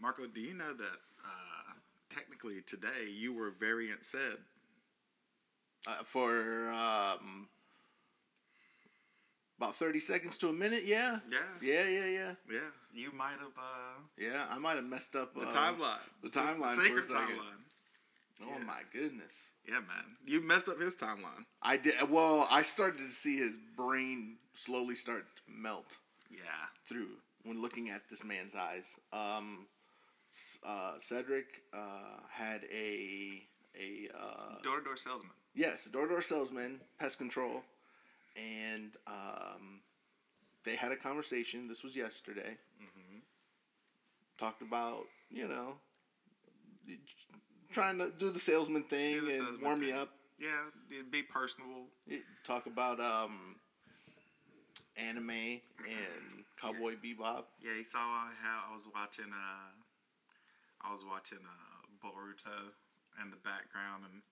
Marco, do you know that uh, technically today you were variant said? Uh, for um, about 30 seconds to a minute, yeah? Yeah. Yeah, yeah, yeah. Yeah, you might have uh, Yeah, I might have messed up the uh, timeline, The timeline. for a sacred second. timeline. Oh, Yeah. my goodness. Yeah, man, you messed up his timeline. I did. Well, I started to see his brain slowly start to melt Yeah, through when looking at this man's eyes. Um, S- uh, Cedric uh, had a a uh, door to door salesman. yes, door to door salesman, pest control, and um, they had a conversation. This was yesterday. Mm-hmm. Talked about you know trying to do the salesman thing Do the and salesman warm me thing. up. Yeah, it'd be personable. It- talk about um anime and cowboy bebop Yeah, he saw how I was watching. Uh, I was watching uh, Boruto in the background, and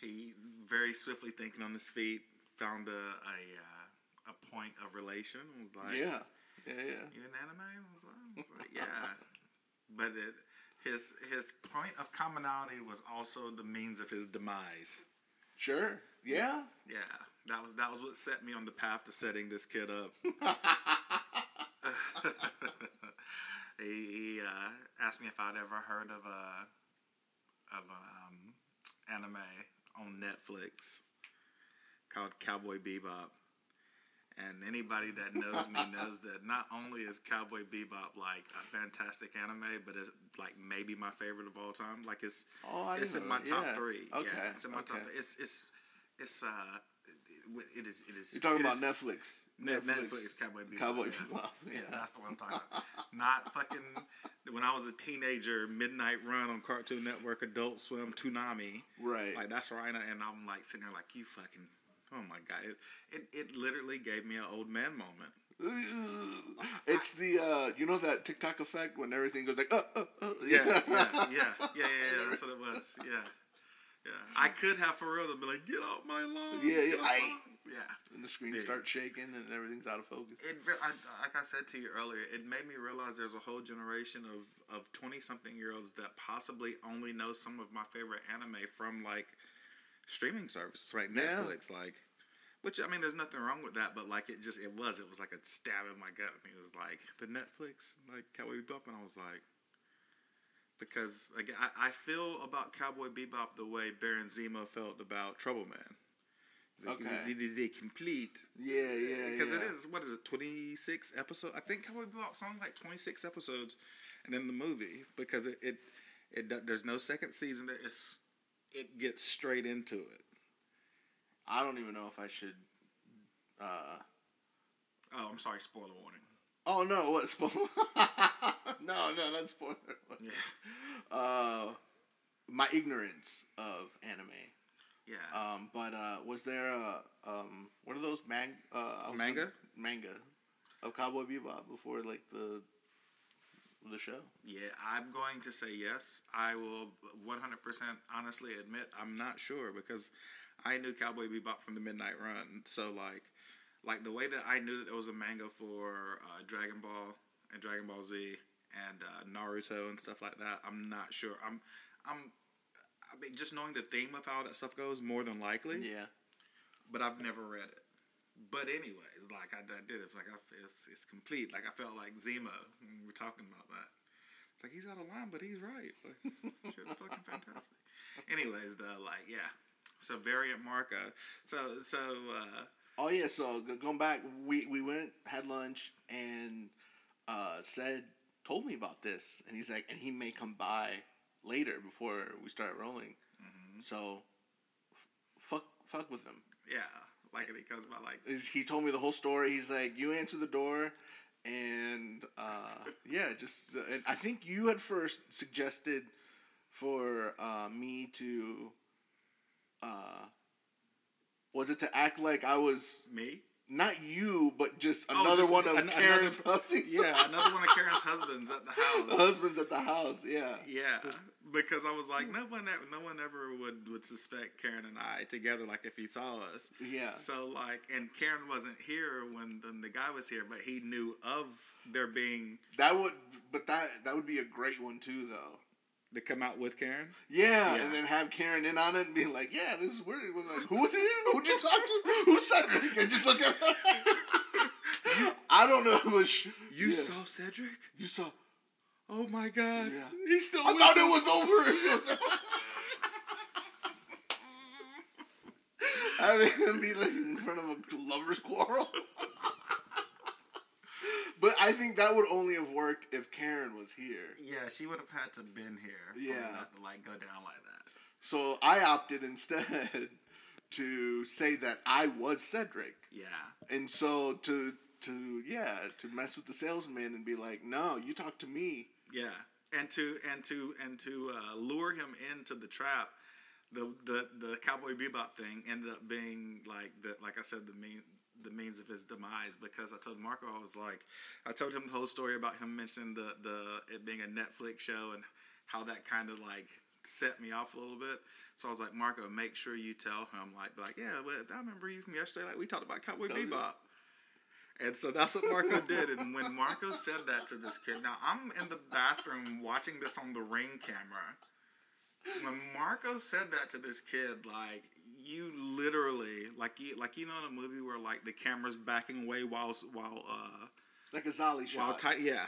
he very swiftly thinking on his feet found a a, uh, a point of relation. and Was like, yeah yeah yeah you an anime?" I was like, yeah, but it, his his point of commonality was also the means of his demise. sure yeah Yeah, that was that was what set me on the path to setting this kid up. he he uh, asked me if I'd ever heard of a of a, um, anime on Netflix called Cowboy Bebop. And anybody that knows me knows that not only is Cowboy Bebop like a fantastic anime, but it's like maybe my favorite of all time. Like it's oh I it's didn't in know my that. top Yeah. three. okay Yeah, it's in my top. okay. Three. It's it's it's uh, it- it is it is. you're it talking about is- Netflix Ne- Netflix, Cowboy Bebop. cowboy yeah. bebop yeah, Yeah, that's the one I'm talking about. Not fucking when I was a teenager, Midnight Run on Cartoon Network, Adult Swim, Toonami. right Like that's where I and I'm like sitting there like you fucking. Oh my god! It it, it literally gave me an old man moment. it's the uh you know that TikTok effect when everything goes like uh, uh, uh, Yeah, yeah, yeah, yeah, yeah, yeah, yeah. That's what it was. Yeah, yeah. I could have for real to be like, get off my lawn. Yeah, yeah. get off my Aye. lawn." yeah. and the screen Dude. starts shaking and everything's out of focus it re- I, like I said to you earlier, it made me realize there's a whole generation of of twenty something year olds that possibly only know some of my favorite anime from like streaming services, right? Yeah. Netflix, like. Which I mean, there's nothing wrong with that, but like it just it was it was like a stab in my gut. And it was like the Netflix like Cowboy Bebop, and I was like, because again, I, I feel about Cowboy Bebop the way Baron Zemo felt about Trouble Man. It's Like, Okay. It is a complete yeah yeah because it yeah. is what is it 26 episode i think cowboy bebop's on like 26 episodes and then the movie because it it, it do- there's no second season that is it gets straight into it I don't even know if I should uh oh i'm sorry spoiler warning Oh no! What spoiler? no, no, not spoiler. yeah Uh, my ignorance of anime. yeah Um, but uh, was there a um, what are those mang uh, I was Manga? wondering- manga of Cowboy Bebop before like the the show? yeah i'm going to say yes i will 100% honestly admit i'm not sure because i knew cowboy bebop from the midnight run so like like the way that i knew that there was a manga for uh, dragon ball and dragon ball z and uh, naruto and stuff like that i'm not sure i'm i'm i mean just knowing the theme of how that stuff goes more than likely Yeah. but I've never read it. But anyways, like I, I did, it's like I, it's, it's complete. Like I felt like Zemo. when we We're talking about that. It's like he's out of line, but he's right. Like, shit's fucking fantastic. Anyways, though, like yeah. So variant Marco. So so uh, Oh yeah. So g- going back, we we went had lunch and uh, said told me about this, and he's like, and he may come by later before we start rolling. So f- fuck fuck with him. yeah, like it goes by like He's- He told me the whole story. He's like, you answer the door, and uh, yeah, just uh, and I think you at first suggested for uh, me to. Uh, was it to act like I was me. not you, but just Oh, another just one of an- another- Karen's husbands. Yeah, another one of Karen's husbands at the house. husbands at the house. Yeah, Yeah, because I was like, no one, ever, no one ever would would suspect Karen and I together. Like if he saw us, Yeah. So like, and Karen wasn't here when, when the guy was here, but he knew of there being That would, but that that would be a great one too, though. to come out with Karen. Yeah, Yeah. and then have Karen in on it and be like, "Yeah, this is weird." It was like, "Who was here? Who'd you talk to? Who said it?" And just look at her. I don't know who was. Sh- You yeah. saw Cedric? You saw. Oh my God! Yeah. He's still. I with thought us. it was over. Having him be like in front of a lovers' quarrel. but I think that would only have worked if Karen was here. Yeah, she would have had to been here. For Yeah. that to, like go down like that. So I opted instead to say that I was Cedric. Yeah. And so to to yeah, to mess with the salesman and be like, "No, you talk to me." Yeah. And to and to and to uh, lure him into the trap, the the the cowboy bebop thing ended up being like the like I said the mean the means of his demise because I told Marco I was like I told him the whole story about him mentioning the the it being a Netflix show and how that kind of like set me off a little bit. So I was like, Marco, make sure you tell him like like yeah, well, I remember you from yesterday. Like we talked about Cowboy Oh, yeah. Bebop. And so that's what Marco did. And when Marco said that to this kid, now I'm in the bathroom watching this on the ring camera. When Marco said that to this kid, like you literally, like you, like you know, in a movie where like the camera's backing away while while uh Like a Zolly while shot. tight, yeah,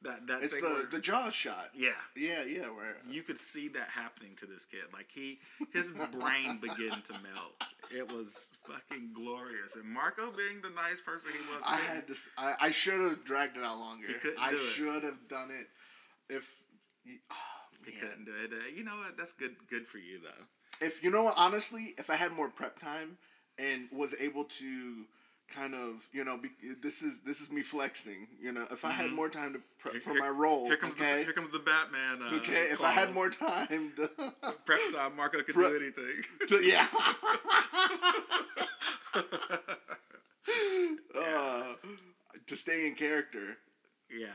that that it's thing, the where- the jaw shot. yeah. Yeah, yeah, where You could see that happening to this kid. Like he, his brain began to melt. It was fucking glorious. And Marco, being the nice person he was, I couldn't had to. s- I, I should have dragged it out longer. You couldn't I do it. should have done it. If y- oh, He man. couldn't do it. Uh, you know what? That's good. Good for you though. if you know what, honestly, if I had more prep time and was able to kind of you know be, this is this is me flexing. You know, if I had Mhm. more time to prep Here- for my role, Here comes the Oh, okay, here comes the Batman. Uh, okay, if I had clause. more time, to, prep time, Marco could Prep- do anything. to- yeah. Uh, to stay in character, yeah,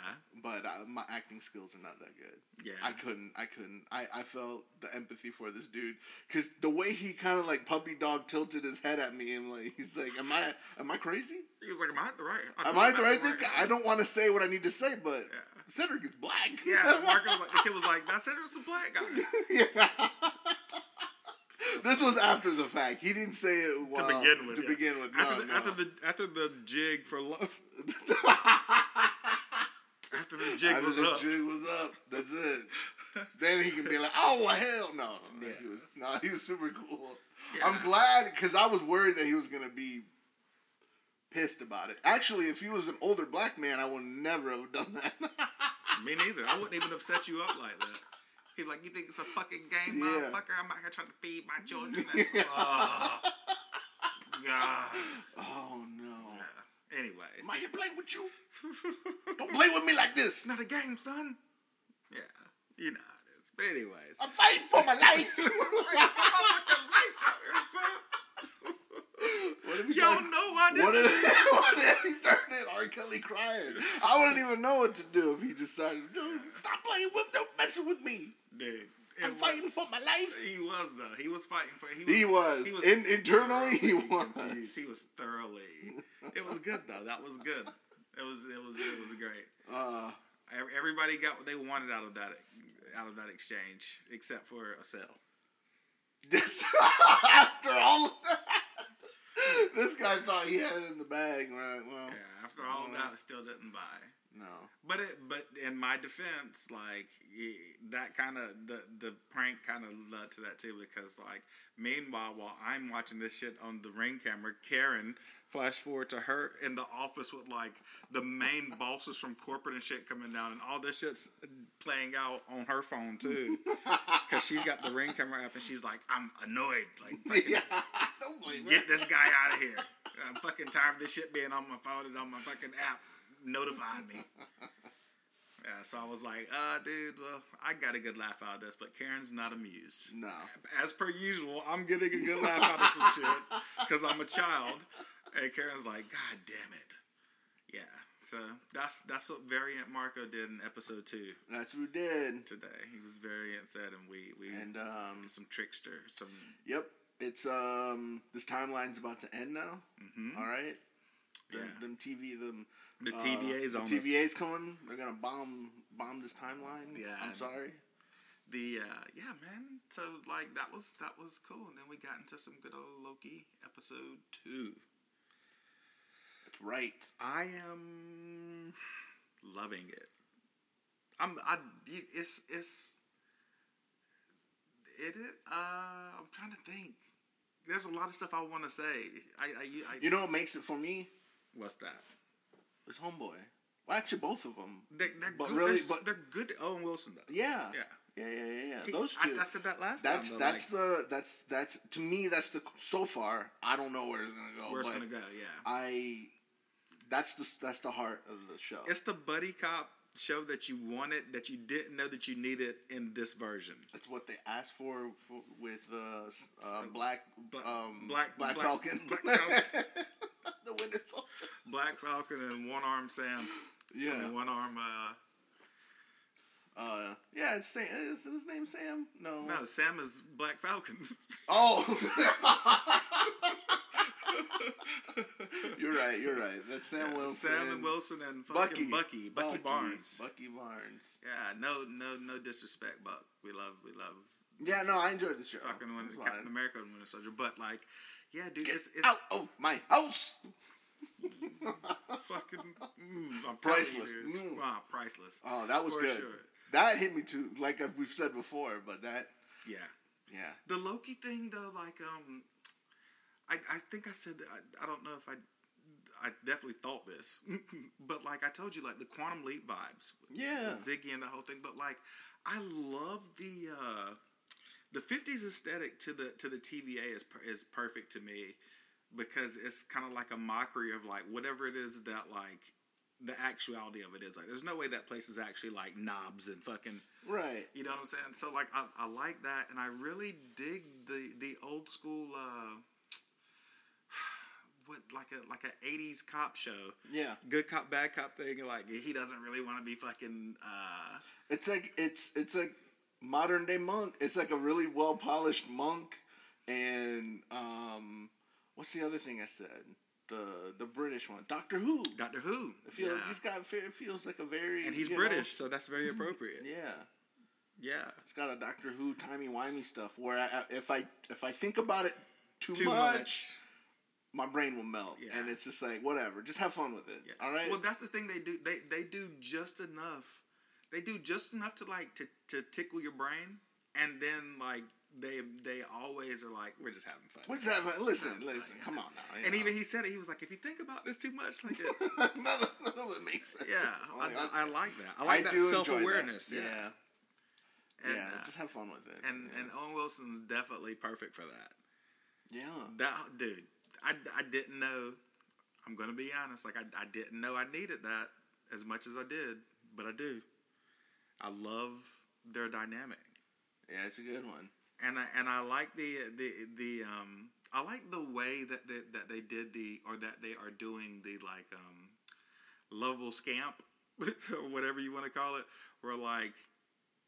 but uh, my acting skills are not that good. yeah. I couldn't. I couldn't. I, I felt the empathy for this dude because the way he kind of like puppy dog tilted his head at me and like he's like, "Am I am I crazy? he was like, "Am I at the right? Am I the right thing? I don't want to say what I need to say, but Yeah. Cedric is black." Yeah, Marco was like, the kid was like, "That's it. It's a black guy." Yeah. this was after the fact. He didn't say it while, begin with, To yeah. begin with, After, no, the, no. after the after the jig for love, after the jig After was the up. jig was up. That's it. then he can be like, "Oh well, hell no!" no, no, Yeah. He was no, he was super cool. Yeah. I'm glad because I was worried that he was gonna be pissed about it. Actually, if he was an older black man, I would never have done that. Me neither. I wouldn't even have set you up like that. He'd be like, "You think it's a fucking game, Yeah. motherfucker? I'm out here trying to feed my children." And, oh, God. oh no! Yeah. Anyways. Am I here playing with you? Don't play with me like this. not a game, son. Yeah. You know how it is. But anyways. I'm fighting for my life. what if Y'all he started- know I did What if, what if he started R. Kelly crying? I wouldn't even know what to do if he just started. Dude, stop playing with, don't messing with me. Dude. it I'm was- fighting for my life. He was though. He was fighting for. He was. He was. In- internally, he was. confused. He was thoroughly. It was good though. That was good. It was. It was. It was great. Uh, Ev- Everybody got what they wanted out of that. Out of that exchange, except for a sale. this, after all of that, this guy thought he had it in the bag, right? Well, Yeah. After all Mm. that, still didn't buy. no. But it, but in my defense, like y- that kind of the the prank kind of led to that too because like meanwhile while I'm watching this shit on the ring camera, Karen flash forward to her in the office with like the main bosses from corporate and shit coming down and all this shit's playing out on her phone too because she's got the ring camera up and she's like I'm annoyed like fucking Yeah, don't blame get this guy out of here. I'm fucking tired of this shit being on my phone and on my fucking app notifying me. Yeah, so I was like, uh, dude, well, I got a good laugh out of this, but Karen's not amused. No. As per usual, I'm getting a good laugh out of some shit because I'm a child. And Karen's like, God damn it. Yeah. So that's that's what Variant Marco did in episode two That's what we did. today. He was variant said, and we we And um, some trickster, some yep, it's um, this timeline's about to end now. mhm. All right. Them, Yeah. them TV them the uh, TVA's the on us. TVA's coming. They're gonna bomb bomb this timeline. Yeah, I'm and- sorry. the uh, yeah man so like that was that was cool and then we got into some good old loki episode two That's right. i am loving it i'm i you- it's it's it is uh i'm trying to think there's a lot of stuff i want to say i i, you- I You know what makes it for me? what's that It's Homeboy. Well, actually, both of them. they, they're But good really, they're, s- but- they're good owen wilson though Yeah. yeah Yeah. Yeah. Yeah. yeah. He- Those I- two. I, said that last that's time though, that's like, the that's that's to me that's the so far I don't know where it's gonna go. where it's but gonna go yeah I that's the that's the heart of the show. It's the buddy cop show that you wanted that you didn't know that you needed in this version. That's what they asked for, for with uh, s- uh, black, Black- um, Black- black, Black- Falcon, Black Falcon. the Winter Soldier. Black Falcon and One Arm Sam. I mean, Yeah, one arm. Uh, uh, yeah. It's Sam. Is his name Sam? No. no, Sam is Black Falcon. Oh. you're right. You're right. That's Sam Yeah, Wilson. Sam and Wilson and Bucky. fucking Bucky. Bucky. Barnes. Bucky Barnes. Yeah, no, no, no disrespect, Buck. We love, we love Yeah. No, I enjoyed the show. fucking It when was Captain Oh, fine. America and Winter Soldier. But like, yeah, dude, it's it's Out of my house. fucking mm, I'm telling you, Priceless. dude. Mm. Wow, priceless. Oh, that was For good. sure. That hit me too. Like we've said before, but that. Yeah. Yeah. The Loki thing, though, like, um, I, I think I said that, I, I don't know if I, I definitely thought this, but like I told you, like the quantum leap vibes, Yeah. Ziggy and the whole thing. But like, I love the uh, the fifties aesthetic to the to the TVA is per- is perfect to me because it's kind of like a mockery of like whatever it is that like the actuality of it is. Like, there's no way that place is actually like knobs and fucking Right. you know what I'm saying? So like I, I like that and I really dig the the old school uh what like a like a 80s cop show. Yeah. Good cop bad cop thing and like he doesn't really want to be fucking uh It's like it's it's like modern day monk. It's like a really well polished monk and um what's the other thing I said? The the British one. Doctor Who. Doctor Who. I feel Yeah. he's got it feels like a very and he's you British, so that's very appropriate. Know, yeah. yeah. It's got a Doctor Who timey wimey stuff where I, I- if I if I think about it too, Too much, much. my brain will melt. Yeah. And it's just like whatever. Just have fun with it. Yeah. All right. Well, that's the thing they do. They they do just enough. They do just enough to like to, to tickle your brain, and then like they they always are like we're just having fun. What's that? Listen, listen. Come on now. you And know. even he said it. He was like, if you think about this too much, like it. none, of, none of it makes sense. Yeah, I'm I, like, I okay. like that. I like that enjoy self awareness. that. Yeah. yeah, And, yeah, uh, just have fun with it. and yeah. and Owen Wilson's definitely perfect for that. yeah, That dude, I, I didn't know. I'm gonna be honest. Like I I didn't know I needed that as much as I did, but I do. I love their dynamic, yeah, it's a good one. and I, and I like the the the um I like the way that they, that they did the or that they are doing the like um lovable scamp or whatever you want to call it, where like.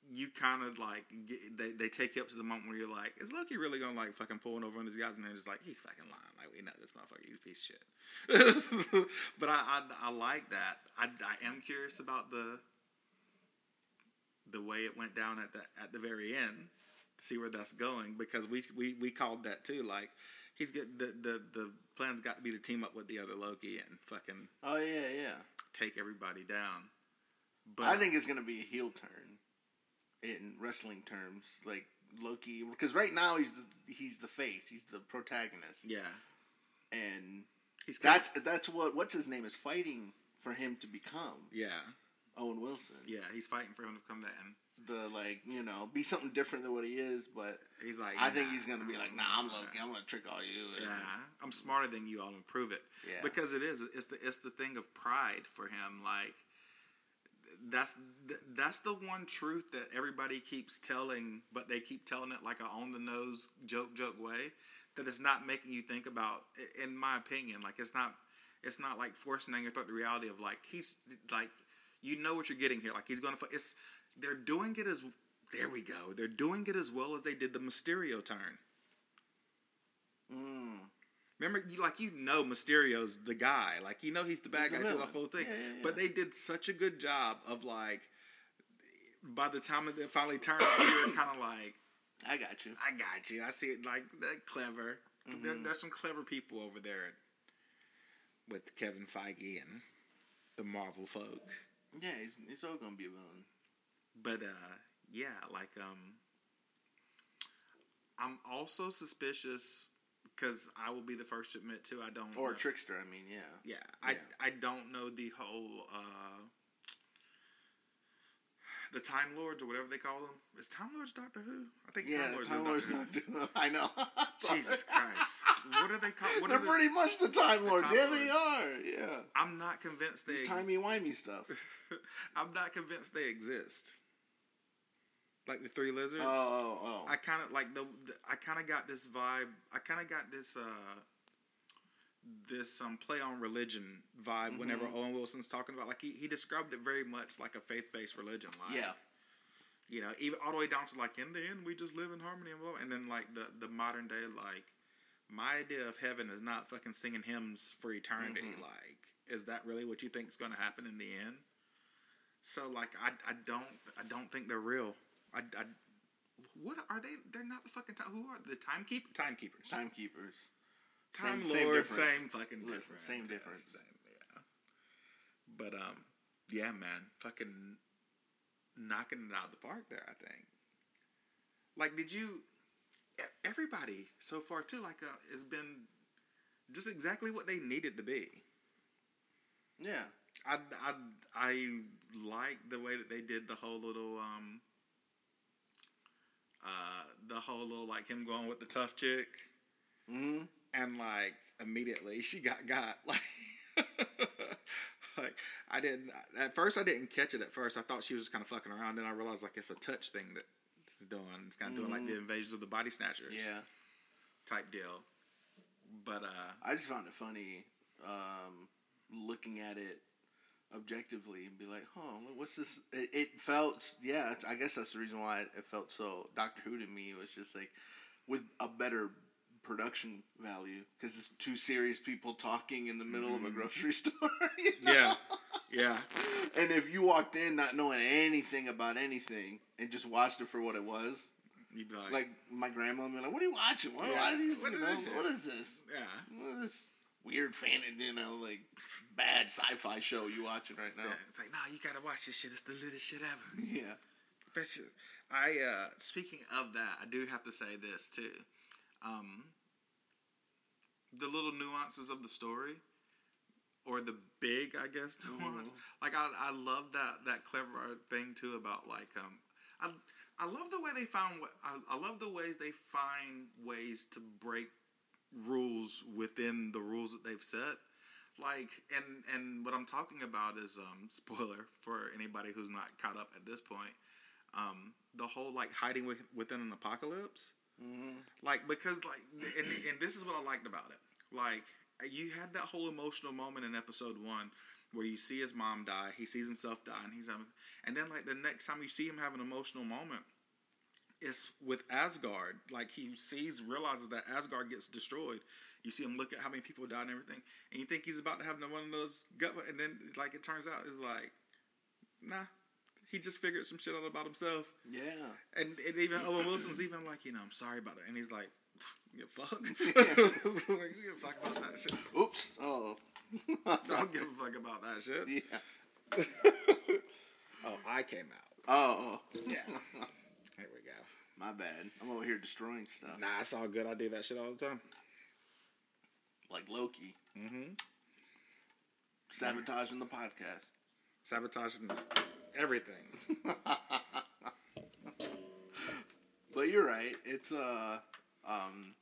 You kind of like get, they, they take you up to the moment where you're like, is Loki really gonna like fucking pulling over on these guys? And they're just like, he's fucking lying. Like we know this motherfucker, he's a piece of shit. but I, I I like that. I, I am curious about the the way it went down at the at the very end. See where that's going because we we we called that too. Like he's get the the the plan's got to be to team up with the other Loki and fucking Oh yeah, yeah. take everybody down. But I think it's gonna be a heel turn in wrestling terms, like Loki, because right now he's the, he's the face, he's the protagonist, yeah, and he's got that's that's what what's his name is fighting for him to become yeah Owen Wilson. yeah he's fighting for him to come that and The like you know be something different than what he is, but he's like I think "Nah, he's gonna be like, nah, I'm Loki, I'm gonna trick all you. and- Yeah, I'm smarter than you. I'll improve it. Yeah. Because it is. It's the it's the thing of pride for him. Like that's th- that's the one truth that everybody keeps telling, but they keep telling it like a on the nose joke joke way. That it's not making you think about. i- In my opinion, like it's not. It's not like forcing down your throat the reality of like he's like you know what you're getting here. Like he's gonna. fu- It's they're doing it as there we go. They're doing it as well as they did the Mysterio turn. Mm. Remember, you like you know Mysterio's the guy. Like you know he's the bad guy the through the villain. whole thing. Yeah, yeah, yeah. But they did such a good job of like. By the time it finally turned, you're kind of like, I got you. I got you. I see it like they're clever. There, there's some clever people over there with Kevin Feige and the Marvel folk. Yeah, it's, it's all gonna be a villain. But uh, yeah, like um, I'm also suspicious because I will be the first to admit too. I don't Or a know- trickster, I mean, yeah. Yeah, I Yeah. I don't know the whole uh, the Time Lords or whatever they call them. Is Time Lords Doctor Who? I think Yeah, Time Lords Time is Lords. Doctor not- I know. Who. Jesus Christ! what are they called? What They're are the- pretty much the Time Lords. Time yeah, they Lords. are. Yeah. I'm not convinced they. It's Ex- timey wimey stuff. I'm not convinced they exist. Like the three lizards. Oh, oh, oh. I kind of like the, the I kind of got this vibe. I kind of got this uh this um play on religion vibe whenever Mm-hmm. Owen Wilson's talking about like he, he described it very much like a faith-based religion like yeah. you know even all the way down to like in the end we just live in harmony and blah, blah. and then like the the modern day like my idea of heaven is not fucking singing hymns for eternity like is that really what you think is going to happen in the end so like I, I don't I don't think they're real I, I what are they they're not the fucking time who are they? the timekeep timekeepers Timekeepers. Time Same- same Lord, same, difference. fucking Listen, difference. same Yes, difference. same, yeah. But um, yeah, man, fucking knocking it out of the park there. I think. Like, did you? e- Everybody so far too, like, uh, has been just exactly what they needed to be. Yeah. I I I like the way that they did the whole little um. Uh, the whole little like him going with the tough chick Mm-hmm. and like immediately she got got like like i didn't at first i didn't catch it at first i thought she was just kind of fucking around then i realized like it's a touch thing that it's doing it's kind of doing like the invasion of the body snatchers Yeah. type deal but uh I just found it funny um, looking at it objectively and be like, huh, what's this? It, it felt, yeah, it's, I guess that's the reason why it felt so Doctor Who to me was just like with a better production value because it's two serious people talking in the middle of a grocery store. you know? Mm-hmm. yeah yeah And if you walked in not knowing anything about anything and just watched it for what it was, you'd be like, like my grandma would be like, what are you watching? What, Yeah. why are these What is you know, this shit?" What is this? yeah What is this weird fan, you know, like bad sci-fi show you watching right now? it's like nah you gotta watch this shit it's the littlest shit ever Yeah. Bet you- I uh, speaking of that, I do have to say this too. Um, the little nuances of the story, or the big, I guess, nuance. Like I, I love that that clever thing too about like um, I, I love the way they found. wa- I, I love the ways they find ways to break rules within the rules that they've set. Like and and what I'm talking about is um spoiler for anybody who's not caught up at this point um, the whole like hiding with, within an apocalypse. Like because like and, and this is what I liked about it. Like you had that whole emotional moment in episode one where you see his mom die, he sees himself die, and he's having, and then like the next time you see him have an emotional moment. It's with Asgard. Like he sees, realizes that Asgard gets destroyed. You see him look at how many people died and everything, and you think he's about to have one of those gut. And then, like it turns out, it's like, nah, he just figured some shit out about himself. Yeah. And, and even Owen Wilson's even like, you know, I'm sorry about that. And he's like, you fuck. like, you give a fuck about that shit. Oops. Oh. I don't give a fuck about that shit. Yeah. Oh, I came out. Oh. Yeah. Here we go. My bad. I'm over here destroying stuff Nah, it's all good. I do that shit all the time. like Loki Mm-hmm. sabotaging the podcast. Sabotaging everything. But you're right. It's uh um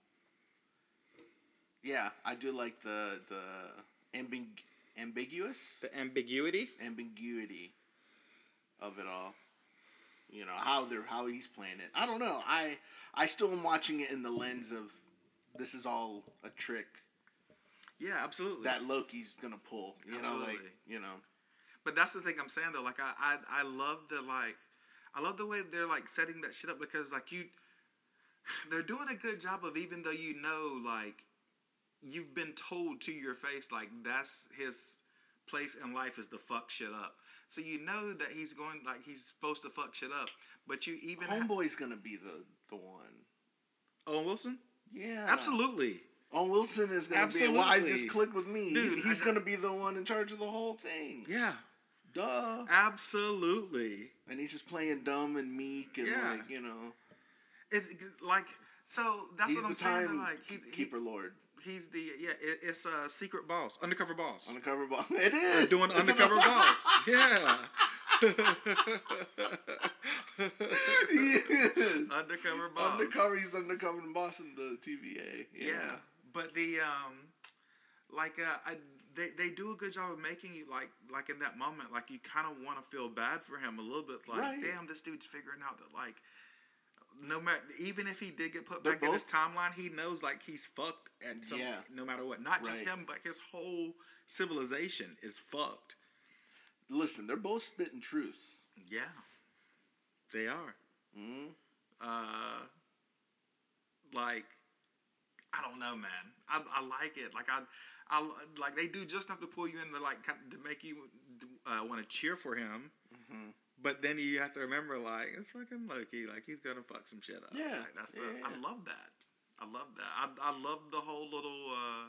yeah, I do like the the ambig- ambiguous The ambiguity. ambiguity of it all. You know how they're how he's playing it. I don't know. I I still am watching it in the lens of this is all a trick. Yeah, absolutely. that Loki's gonna pull. You know, like Absolutely. you know, But that's the thing I'm saying though. Like I, I, I love the like, I love the way they're like setting that shit up because like you, they're doing a good job of even though you know like, you've been told to your face like that's his place in life is to fuck shit up. So you know that he's going like he's supposed to fuck shit up. But you even Homeboy's gonna be the the one. Owen Wilson, Yeah, absolutely. On Wilson is gonna be. Well, I just Absolutely. clicked with me. Dude, he's I- gonna be the one in charge of the whole thing. Yeah, Duh. absolutely. And he's just playing dumb and meek and Yeah. like you know, It's like so. That's he's what the I'm saying. time that, Like he's, he, keeper lord, He's the yeah. It, it's uh, secret boss, undercover boss. undercover boss. It is Doing It's undercover another- boss. Yeah. Yes. undercover boss. Undercover, he's undercover boss in the TVA. Yeah. But the um, like uh, I, they they do a good job of making you like like in that moment like you kind of want to feel bad for him a little bit like Right. damn this dude's figuring out that like. No matter, even if he did get put They're back in his both- timeline, he knows like he's fucked at some. Yeah. No matter what, not just Right. him, but his whole civilization is fucked. Listen, they're both spitting truth. Yeah, they are. Uh, like I don't know, man. I, I like it. Like I, I like they do just enough to pull you in to like kind to make you uh, want to cheer for him. Mm-hmm. But then you have to remember, like it's fucking Loki. Like he's gonna fuck some shit up. Yeah. Like, that's the, Yeah, yeah, I yeah. love that. I love that. I I love the whole little. uh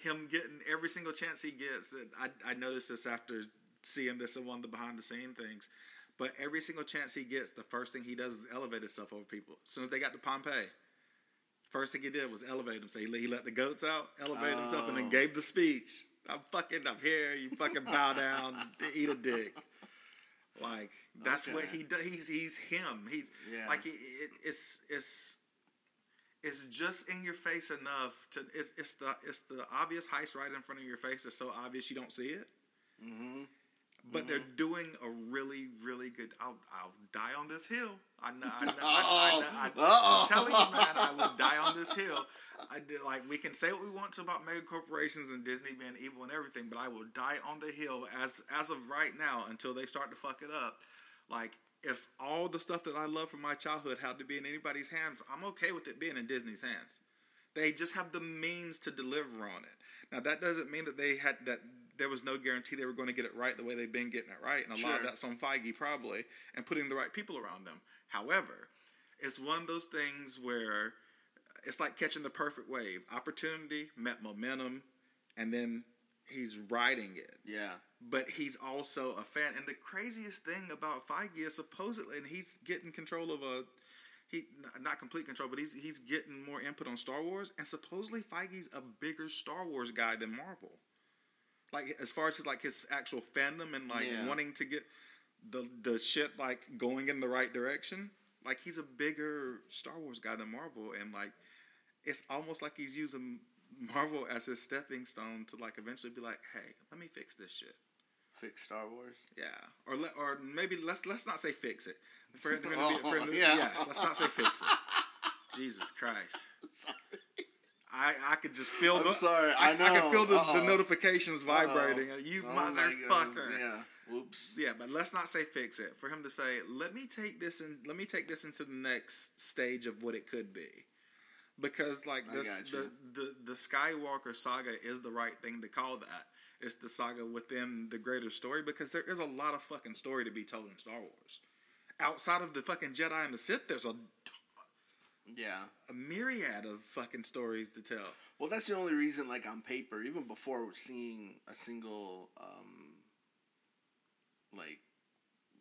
him getting every single chance he gets. and I, I noticed this after seeing this in one of the behind the scene things, but every single chance he gets, the first thing he does is elevate himself over people. As soon as they got to Pompeii, first thing he did was elevate himself. He let, he let the goats out, elevated himself, and then Oh. gave the speech. I'm fucking up here. You fucking bow down, eat a dick. Like that's what Okay. he does. He's he's him. He's Yeah. like it, it, it's it's it's just in your face enough to it's, it's the it's the obvious heist right in front of your face it's so obvious you don't see it Mm-hmm. but they're doing a really really good I'll, I'll die on this hill I know I know, I, I know I, Uh-oh. I'm telling you man I will die on this hill I did, like we can say what we want to about mega corporations and Disney being evil and everything but I will die on the hill as as of right now until they start to fuck it up like if all the stuff that I love from my childhood had to be in anybody's hands I'm okay with it being in Disney's hands they just have the means to deliver on it. Now that doesn't mean that they had that there was no guarantee they were going to get it right the way they've been getting it right, and a lot Sure. of that's on Feige probably and putting the right people around them. However, it's one of those things where it's like catching the perfect wave. Opportunity met momentum, and then he's riding it Yeah. but he's also a fan. And the craziest thing about Feige is supposedly, and he's getting control of a he n- not complete control, but he's he's getting more input on Star Wars. And supposedly Feige's a bigger Star Wars guy than Marvel. Like as far as his like his actual fandom and like Yeah. wanting to get the the shit like going in the right direction. Like he's a bigger Star Wars guy than Marvel, and like it's almost like he's using Marvel as his stepping stone to like eventually be like, hey, let me fix this shit. Fix Star Wars. Yeah, or le- or maybe let's let's not say fix it. For it to be, for it to be- Yeah. yeah. let's not say fix it. Jesus Christ. I, I could just feel I'm the sorry, I know. could feel the, the Uh-oh. notifications vibrating. You Oh my God, motherfucker. Yeah. Yeah. Whoops. but let's not say fix it. For him to say, let me take this and let me take this into the next stage of what it could be. Because like I this got the, you. the the Skywalker saga is the right thing to call that. It's the saga within the greater story because there is a lot of fucking story to be told in Star Wars. Outside of the fucking Jedi and the Sith, there's a, Yeah. a myriad of fucking stories to tell. Well, that's the only reason, like on paper, even before seeing a single, um, like,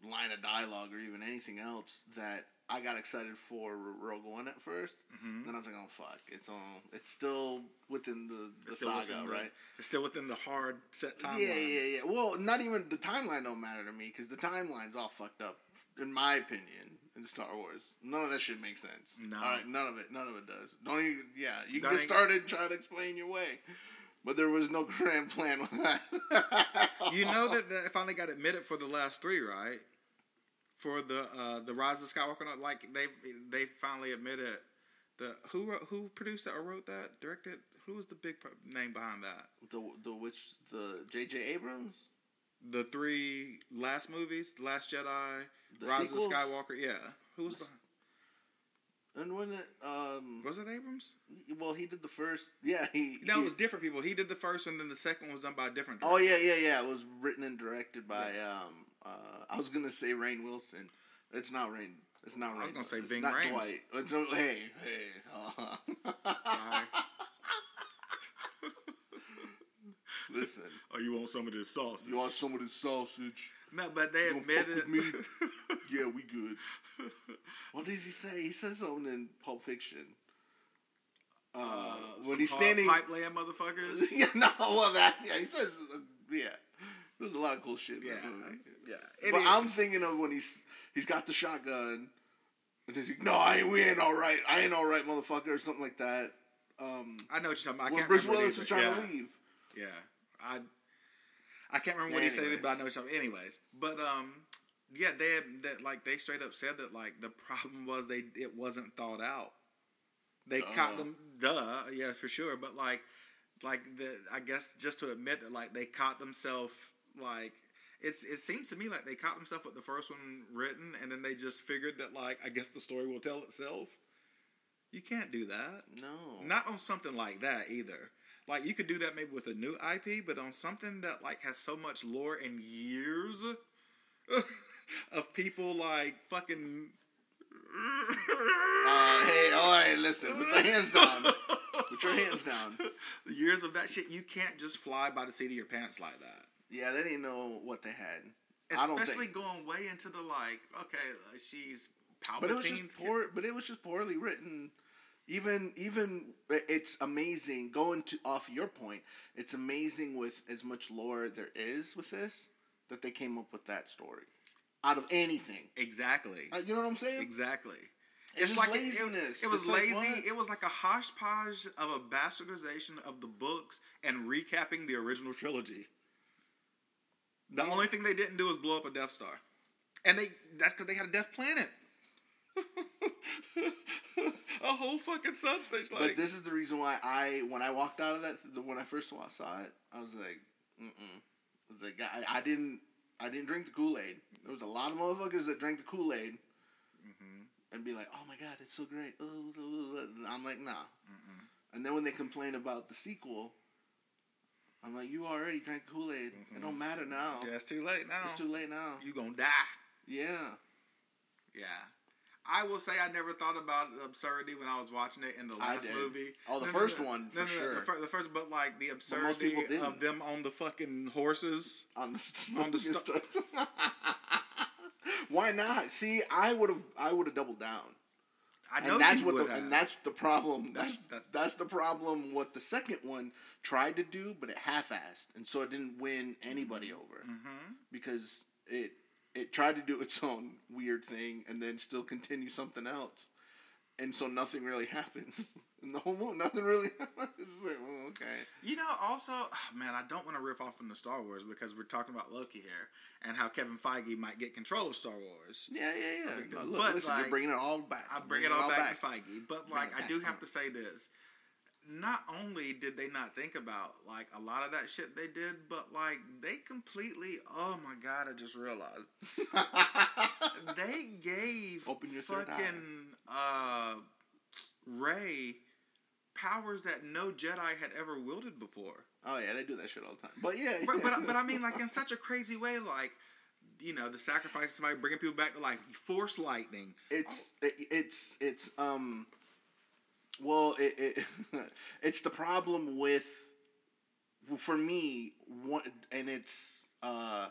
line of dialogue or even anything else, that I got excited for Rogue One at 1st Mm-hmm. Then I was like, oh fuck, it's all, it's still within the, the saga, within the, right? It's still within the hard set timeline. Yeah, yeah, yeah. Well, not even the timeline don't matter to me because the timeline's all fucked up, in my opinion. In Star Wars, none of that shit makes sense. No. all right, none of it, none of it does. Don't even. Yeah, you That can get ain't- started and try to explain your way, but there was no grand plan with that. You know that that finally got admitted for the last three, right? For the uh, the Rise of Skywalker, no, like they they finally admitted the who wrote, who produced that or wrote that, directed Who was the big pro- name behind that? The the which the J.J. Abrams. The three last movies, The Last Jedi, The Rise sequels? of Skywalker. Yeah, who was behind? And when it, um, Was it Abrams? well, he did the first. Yeah, he. No, he- it was different people. He did the first one, then the second one was done by a different. Oh yeah, yeah, yeah. It was written and directed by um uh I was gonna say Rain Wilson. It's not Rain. It's not Rain. was gonna say it's Ving not Rhames. Dwight. It's not, hey, hey. uh, uh-huh. Sorry. Listen, Oh, you want some of this sauce? you want some of this sausage? No, but they You gonna fuck admitted. Yeah, we good. What does he say? He says something in Pulp Fiction. Uh, uh, when some he's hard standing, pipe laying motherfuckers. yeah, no, well, that yeah, he says, uh, yeah. There's a lot of cool shit. In that Yeah, movie. yeah. but Anyway, I'm thinking of when he's he's got the shotgun, and he's like, "No, I ain't, we ain't all right. I ain't all right, motherfucker," or something like that. Um, I know what you're talking about. I when can't Bruce remember Willis it was either. trying yeah. to leave, Yeah, I I can't remember what he said, Anyways. but I know what you're talking. Anyways, but um, yeah, they had- that like they straight up said that like the problem was they it wasn't thought out. They Duh. caught them, duh, yeah, for sure. But like, like the I guess just to admit that like they caught themselves like. It's, it seems to me like they caught themselves with the first one written, and then they just figured that like I guess the story will tell itself. You can't do that. no, Not on something like that either. Like you could do that maybe with a new IP, but on something that like has so much lore and years of people like fucking. Uh, hey, all right, listen, put the hands down. Put your hands down. Years of that shit, you can't just fly by the seat of your pants like that. Yeah, they didn't know what they had. I don't Especially think. going way into the like, okay, uh, she's But it was just Palpatine's kid. poor. But it was just poorly written. Even even it's amazing going to off your point. It's amazing with as much lore there is with this that they came up with that story out of anything. Exactly, Uh, you know what I'm saying? exactly. It's, It's like like it- it- laziness. It, was It's like, lazy. what? it was like a hodgepodge of a bastardization of the books and recapping the original trilogy. The Yeah. only thing they didn't do was blow up a Death Star, and they—that's because they had a Death Planet, a whole fucking substation. but Like, this is the reason why I when I walked out of that the, when I first saw, saw it, I was like, mm mm. I was like, I, I didn't, I didn't drink the Kool Aid. There was a lot of motherfuckers that drank the Kool Aid Mm-hmm. and be like, oh my god, it's so great. Uh, uh, uh, uh. And I'm like, nah. And then when they complain about the sequel, I'm like, you already drank Kool Aid. It don't matter now. Mm-hmm. yeah, it's too late now. It's too late now. You gonna die. Yeah. Yeah. I will say I never thought about the absurdity when I was watching it in the I last did. movie. Oh, the first one, for The, sure. fir- the first, but like the most absurdity people didn't. of them on the fucking horses. on the st- On the sto- Why not? See, I would have I would have doubled down. I And know that's you what would the, have. and that's the problem. That's, That's- that's that's- the problem what the second one tried to do but it half-assed and so it didn't win anybody Mm-hmm. over because it it tried to do its own weird thing and then still continue something else. And so nothing really happens. In the whole movie, nothing really happens. It's like, oh, okay. You know, also, man, I don't want to riff off on the Star Wars because we're talking about Loki here and how Kevin Feige might get control of Star Wars. Yeah, yeah, yeah. think that- No, look, but, listen, like, you're bringing it all back. I You're bring it all back, to Feige, but Bring like it I back, do yeah. have to say this: not only did they not think about like a lot of that shit they did, but like they completely. Oh my god! I just realized Oh, they gave Open your third fucking uh, Ray powers that no Jedi had ever wielded before. Oh yeah, they do that shit all the time. But yeah, but, yeah. but uh, but I mean, like in such a crazy way, like you know, the sacrifice of somebody bringing people back to life, force lightning. it's it, it's it's um, well, it, it it's the problem with for me one, and it's uh,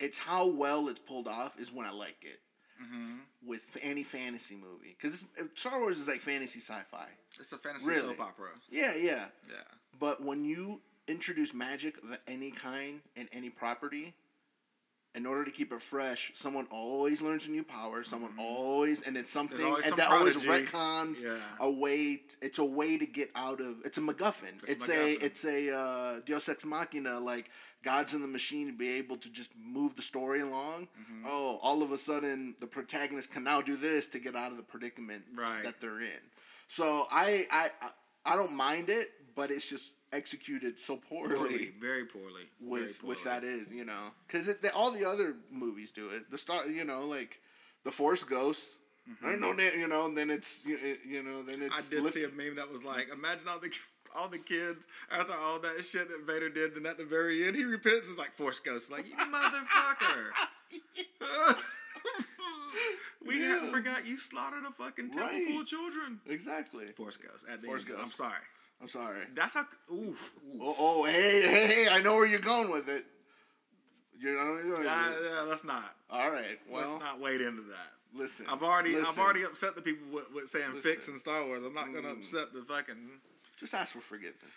it's how well it's pulled off is when I like it Mm-hmm. with any fantasy movie because Star Wars is like fantasy sci-fi. It's a fantasy Really? soap opera. Yeah, yeah. Yeah, But when you introduce magic of any kind in any property, in order to keep it fresh, someone always learns a new power. Someone always, and it's something, Mm-hmm. always and some that always prodigy. retcons Yeah. a way. t- it's a way to get out of. It's a MacGuffin. It's a It's, MacGuffin. a it's a uh, Deus ex machina, like God's in the machine to be able to just move the story along. Mm-hmm. Oh, all of a sudden, the protagonist can now do this to get out of the predicament Right. that they're in. So I, I, I I don't mind it, but it's just executed so poorly, Poorly, very poorly. with very poorly. with that is you know because all the other movies do it. The star, you know, like the Force Ghosts. I know that you know. And then it's you, it- you know. Then it's Mm-hmm. I did look- see a meme that was like, imagine all the all the kids after all that shit that Vader did, then at the very end he repents. It's like Force Ghost, like you motherfucker. we Yeah. hadn't forgot you slaughtered a fucking temple full Right. of children. exactly. Force Ghost. At the Force end, I'm Ghost. sorry. I'm sorry. That's how. Oof. Uh, oof. Oh, oh, hey, hey, hey! I know where you're going with it. You're I know where you're going. Yeah, with it. yeah, let's not. All right. Well, let's not wade into that. listen. I've already I've listen. already upset the people with, with saying fix Listen. Mm. and Star Wars. I'm not gonna upset the fucking. just ask for forgiveness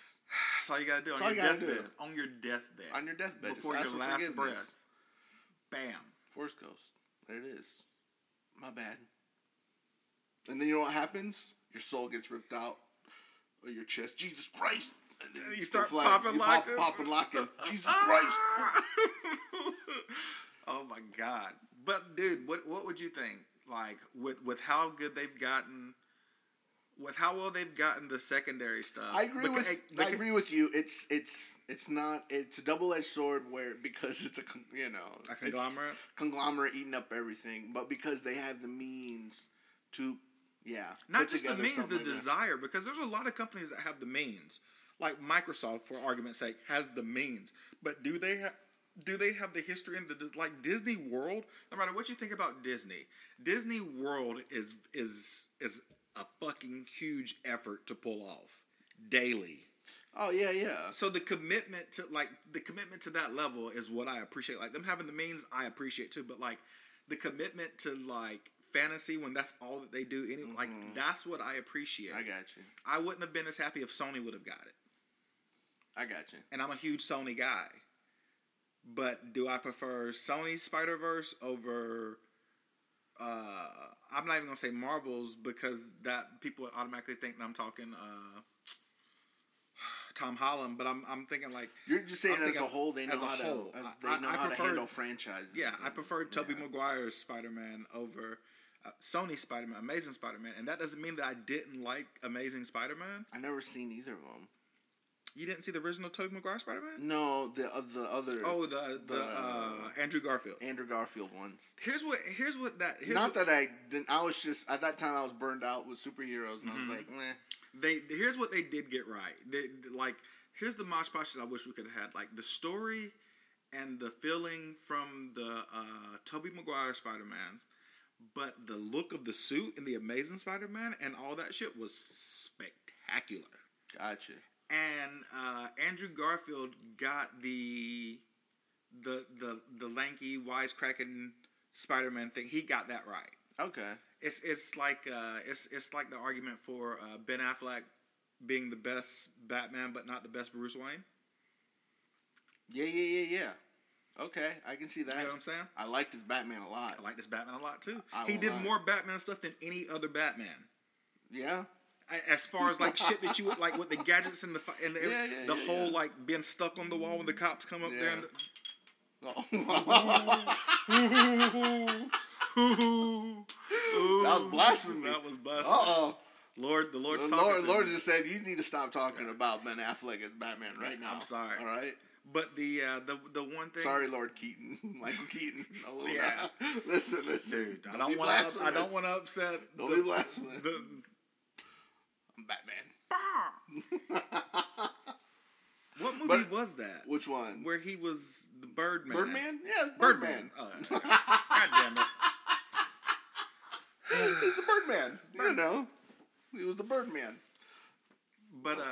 That's all you gotta do on all your you gotta deathbed. do. On your deathbed. on your deathbed just before ask your for last forgiveness. breath. Bam. Force Ghost. There it is. My bad. And then you know what happens? Your soul gets ripped out of your chest. Jesus Christ! And then You start fly- popping you like a- pop, popping like a Jesus Christ. Ah! oh my god! But dude, what what would you think? Like with with how good they've gotten, with how well they've gotten the secondary stuff. I agree Because- with eh, I because- agree with you. It's it's it's not it's a double edged sword where because it's a con- you know A it's conglomerate? conglomerate eating up everything, but because they have the means to yeah Not put just the together means, the something like that. desire, because there's a lot of companies that have the means. Like Microsoft, for argument's sake, has the means, but do they have? Do they have the history in the like Disney World? No matter what you think about Disney, Disney World is is is a fucking huge effort to pull off daily. Oh yeah yeah So the commitment to like the commitment to that level is what I appreciate. Like them having the means, I appreciate too. But like the commitment to like fantasy when that's all that they do anyway, like that's what I appreciate. Mm-hmm. I got you I wouldn't have been as happy if Sony would have got it, I got you. and I'm a huge Sony guy. But do I prefer Sony's Spider Verse over? Uh, I'm not even gonna say Marvel's because that people would automatically think that I'm talking uh, Tom Holland. But I'm I'm thinking like You're just saying I'm as a thinking whole, they know as a how to whole. as I- they I- know I how prefer- to handle franchises. Yeah, I and- prefer Tobey yeah. Maguire's Spider Man over uh, Sony's Spider Man, Amazing Spider Man, and that doesn't mean that I didn't like Amazing Spider Man. I never seen either of them. You didn't see the original Tobey Maguire Spider Man? No, the of the other Oh, the the, The- uh, Andrew Garfield. Andrew Garfield ones. Here's what here's what that here's Not what, that I didn't. I was just at that time I was burned out with superheroes, and Mm-hmm. I was like, meh. they here's what they did get right. They like here's the mosh posh that I wish we could have had. Like the story and the feeling from the uh, Tobey Maguire Spider Man, but the look of the suit and the Amazing Spider Man and all that shit was spectacular. Gotcha. And uh, Andrew Garfield got the the the the lanky wisecracking Spider Man thing. He got that right. Okay. It's it's like uh, it's it's like the argument for uh, Ben Affleck being the best Batman, but not the best Bruce Wayne. Yeah, yeah, yeah, yeah. Okay, I can see that. You know what I'm saying? I liked his Batman a lot. I like this Batman a lot too. I he won't did lie. more Batman stuff than any other Batman. yeah. A- As far as like shit that you would like with the gadgets and the fi- and the, Yeah, yeah, the yeah, whole yeah. like being stuck on the wall when the cops come up there. And Yeah. the, that that was blasphemy. That was Uh blasphemy. oh. Lord, the Lord, The saw Lord, it to Lord me. just said you need to stop talking about Ben Affleck as Batman right now. I'm sorry. All right. But the uh, the the one thing. Sorry, Lord Keaton, Michael Keaton. No, Yeah. listen, listen. dude. I be don't want to. I blasphemous. don't want to upset. Don't the- be blasphemous. the- I'm Batman. what movie But- was that? Which one? Where he was the Birdman. Birdman? Yeah, it's Birdman. Birdman. Oh, God damn it. It's the Birdman. You know, he was the Birdman. But uh,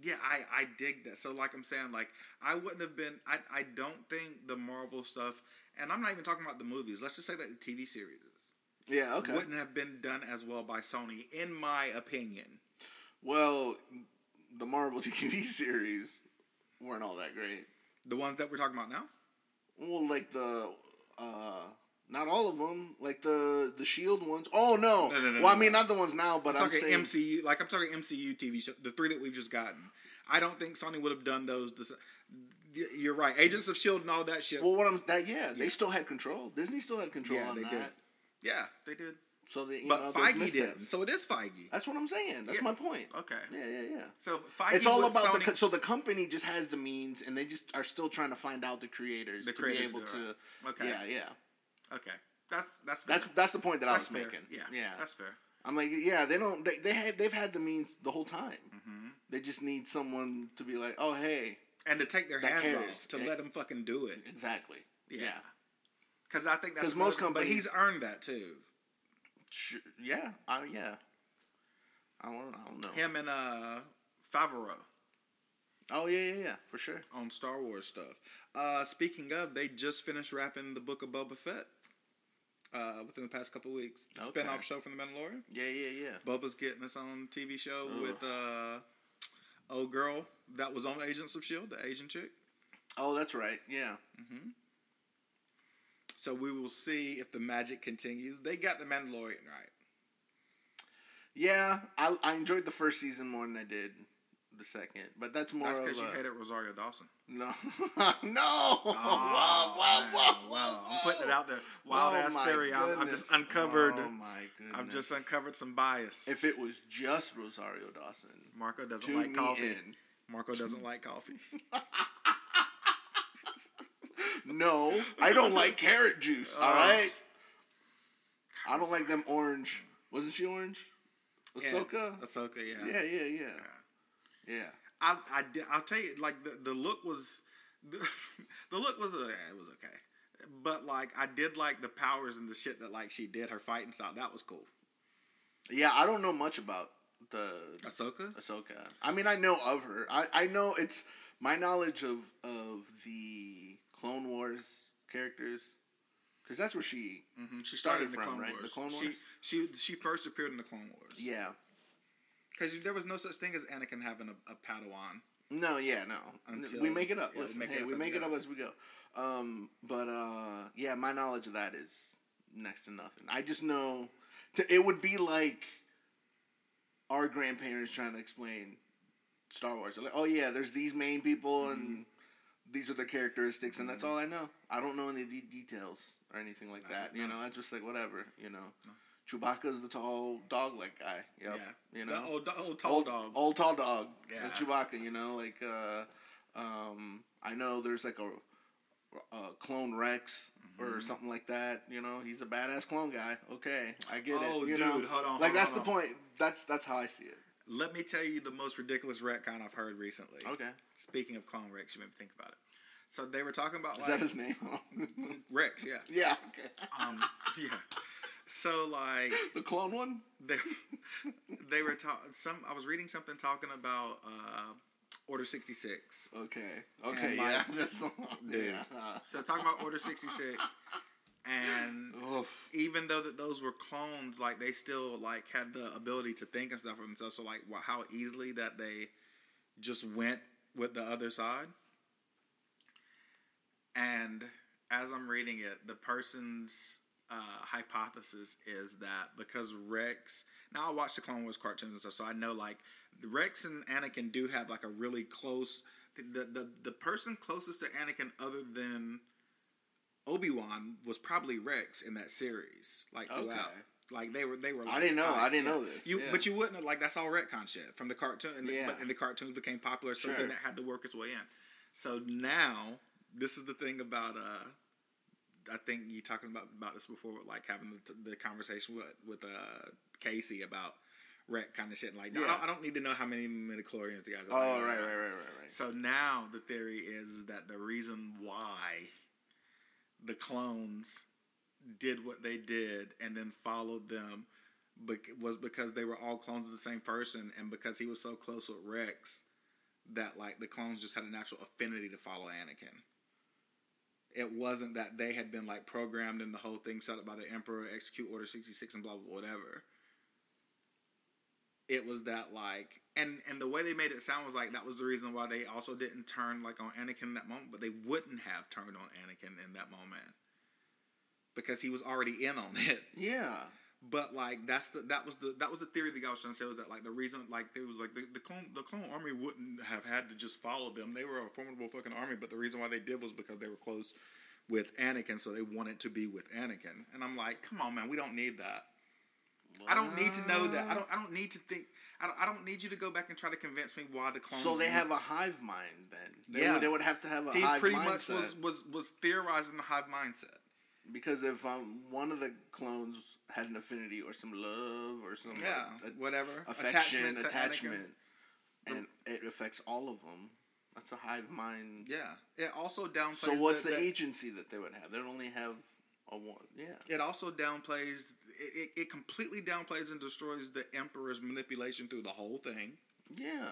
yeah, I I dig that. So like I'm saying, like I wouldn't have been. I I don't think the Marvel stuff, and I'm not even talking about the movies. Let's just say that the TV series Yeah. Okay. wouldn't have been done as well by Sony, in my opinion. Well, the Marvel TV series weren't all that great. The ones that we're talking about now. Well, like the uh not all of them, like the the Shield ones. Oh no. No, no, no, well, no, I mean no. not the ones now, but I'm I'm, talking saying MCU, like I'm talking MCU TV show, the three that we've just gotten. I don't think Sony would have done those. The, s- y- you're right, Agents of Shield E and all that shit. Well, what I'm that yeah, they still had control. Disney still had control Yeah, on they that. did. yeah, they did. So that you But know, there's Feige missteps. didn't, so it is Feige. That's what I'm saying. That's Yeah. my point. Okay, Yeah, yeah, yeah. so Feige it's all with about the Sony- co- so the company just has the means, and they just are still trying to find out the creators The to creators be do able to. it. okay, Yeah, yeah. okay, that's that's fair. That's that's the point that That's I was fair. making. Yeah, yeah. that's fair. I'm like, yeah, they don't. They they had they've had the means the whole time. hmm They just need someone to be like, oh hey, And to take their That hands cares. off, to Yeah. let them fucking do it. exactly. Yeah. Yeah. Because I think that's 'Cause most another- But companies- he's earned that too. Sure. Yeah. I yeah. I don't. I don't know. Him and uh, Favreau Oh yeah, yeah, yeah, for sure. on Star Wars stuff. Uh, speaking of, they just finished wrapping the book of Boba Fett. Uh, within the past couple weeks, the Okay. spinoff show from The Mandalorian. Yeah, yeah, yeah. Boba's getting his own TV show Oh. with uh, old girl that was on Agents of Shield, E the Asian chick. Oh, that's right. Yeah. So we will see if the magic continues. They got the Mandalorian right. Yeah, I, I enjoyed the first season more than I did the second, but that's more That's of because you a, hated Rosario Dawson. no, no. whoa, Oh, whoa, man, whoa, wow. whoa, I'm putting it out there. Wild Oh, ass my theory. I've, I've just goodness. uncovered. Oh my goodness! I've just uncovered some bias. If it was just Rosario Dawson, Marco doesn't tune like me coffee. in. Marco doesn't like coffee. No, I don't like carrot juice. all Oh. right, I don't like them orange. Wasn't she orange? Ahsoka. Yeah, Ahsoka, yeah. Yeah, yeah, yeah, yeah. I, I did, I'll tell you, like the, the look was, the, the look was uh, it was okay, but like I did like the powers and the shit that like she did her fighting style. That was cool. Yeah, I don't know much about the Ahsoka. Ahsoka. I mean, I know of her. I, I know it's my knowledge of of the Clone Wars characters because that's where she. hmm She started, in the Started from, Clone right? The Wars. Clone Wars? She, she she first appeared in the Clone Wars. Yeah. because there was no such thing as Anakin having a, a Padawan. No. Yeah. No. Until- we make it up. yeah, we Listen, make it hey, up we as make we it up go. as we go. Um, but uh, yeah, my knowledge of that is next to nothing. I just know to, it would be like our grandparents trying to explain Star Wars. They're like, oh yeah, there's these main people Mm-hmm. and these are their characteristics, and that's all I know. I don't know any de- details or anything like That's that. it, you no. know, it's just like whatever. You know, Chewbacca's the tall dog like guy. Yep. Yeah, You know, the old, old tall old, dog. Old tall dog. Yeah. That's Chewbacca, you know, like uh um I know there's like a, a clone Rex Mm-hmm. or something like that, you know, he's a badass clone guy. Okay, I get it. Oh, you dude, know? hold on, Like hold that's on, the hold point. That's that's how I see it. Let me tell you the most ridiculous retcon I've heard recently. Okay. Speaking of Clone Rex, you made me think about it. So they were talking about Is like that his name? Rex, yeah, yeah, okay. um, yeah. So like The clone one? they they were talking. Some I was reading something talking about uh, Order sixty six. Okay. Okay, And, yeah. like, That's the one. dude. Yeah. So talking about Order sixty six, and Oof. even though that those were clones, like they still like had the ability to think and stuff for themselves. So like wh- how easily that they just went with the other side. And as I'm reading it, the person's uh, hypothesis is that because Rex. Now I watch the Clone Wars cartoons and stuff, so I know like Rex and Anakin do have like a really close. The the the person closest to Anakin, other than Obi Wan, was probably Rex in that series. Like throughout, Okay. like they were they were. Like, I didn't know. tied. I didn't Yeah. know this. You, yeah. but you wouldn't have, like that's all retcon shit from the cartoon, and, Yeah. but, and the cartoons became popular, so Sure. then it had to work its way in. So now this is the thing about uh, I think you talking about about this before, but, like having the, the conversation with with uh Casey about retcon and shit. And like, no, I, Yeah. don't, I don't need to know how many midichlorians the guys. Are Oh, like, right, right, right, right, right. So now the theory is that the reason why the clones did what they did and then followed them bec- was because they were all clones of the same person, and because he was so close with Rex that like the clones just had a natural affinity to follow Anakin. It wasn't that they had been like programmed and the whole thing set up by the Emperor, execute Order sixty six, and blah blah whatever. It was that like, and and the way they made it sound was like that was the reason why they also didn't turn like on Anakin in that moment, but they wouldn't have turned on Anakin in that moment because he was already in on it. Yeah. But like that's the that was the that was the theory the guy was trying to say was that like the reason like it was like the, the clone the clone army wouldn't have had to just follow them. They were a formidable fucking army, but the reason why they did was because they were close with Anakin, so they wanted to be with Anakin. And I'm like, come on, man, we don't need that. I don't need to know Um. that. I don't. I don't need to think. I don't, I don't need you to go back and try to convince me why the clones. So they were- have a hive mind then. They, Yeah. would, they would have to have a He hive pretty much mindset. was was was theorizing the hive mindset. because if um, one of the clones had an affinity or some love or some like, Yeah, a- whatever affection, to Anakin. attachment, and it affects all of them. That's a hive mind. Yeah. It also downplays. so what's the, that- agency that they would have? They would only have a one. Yeah. It also downplays. It, it, it completely downplays and destroys the Emperor's manipulation through the whole thing. Yeah.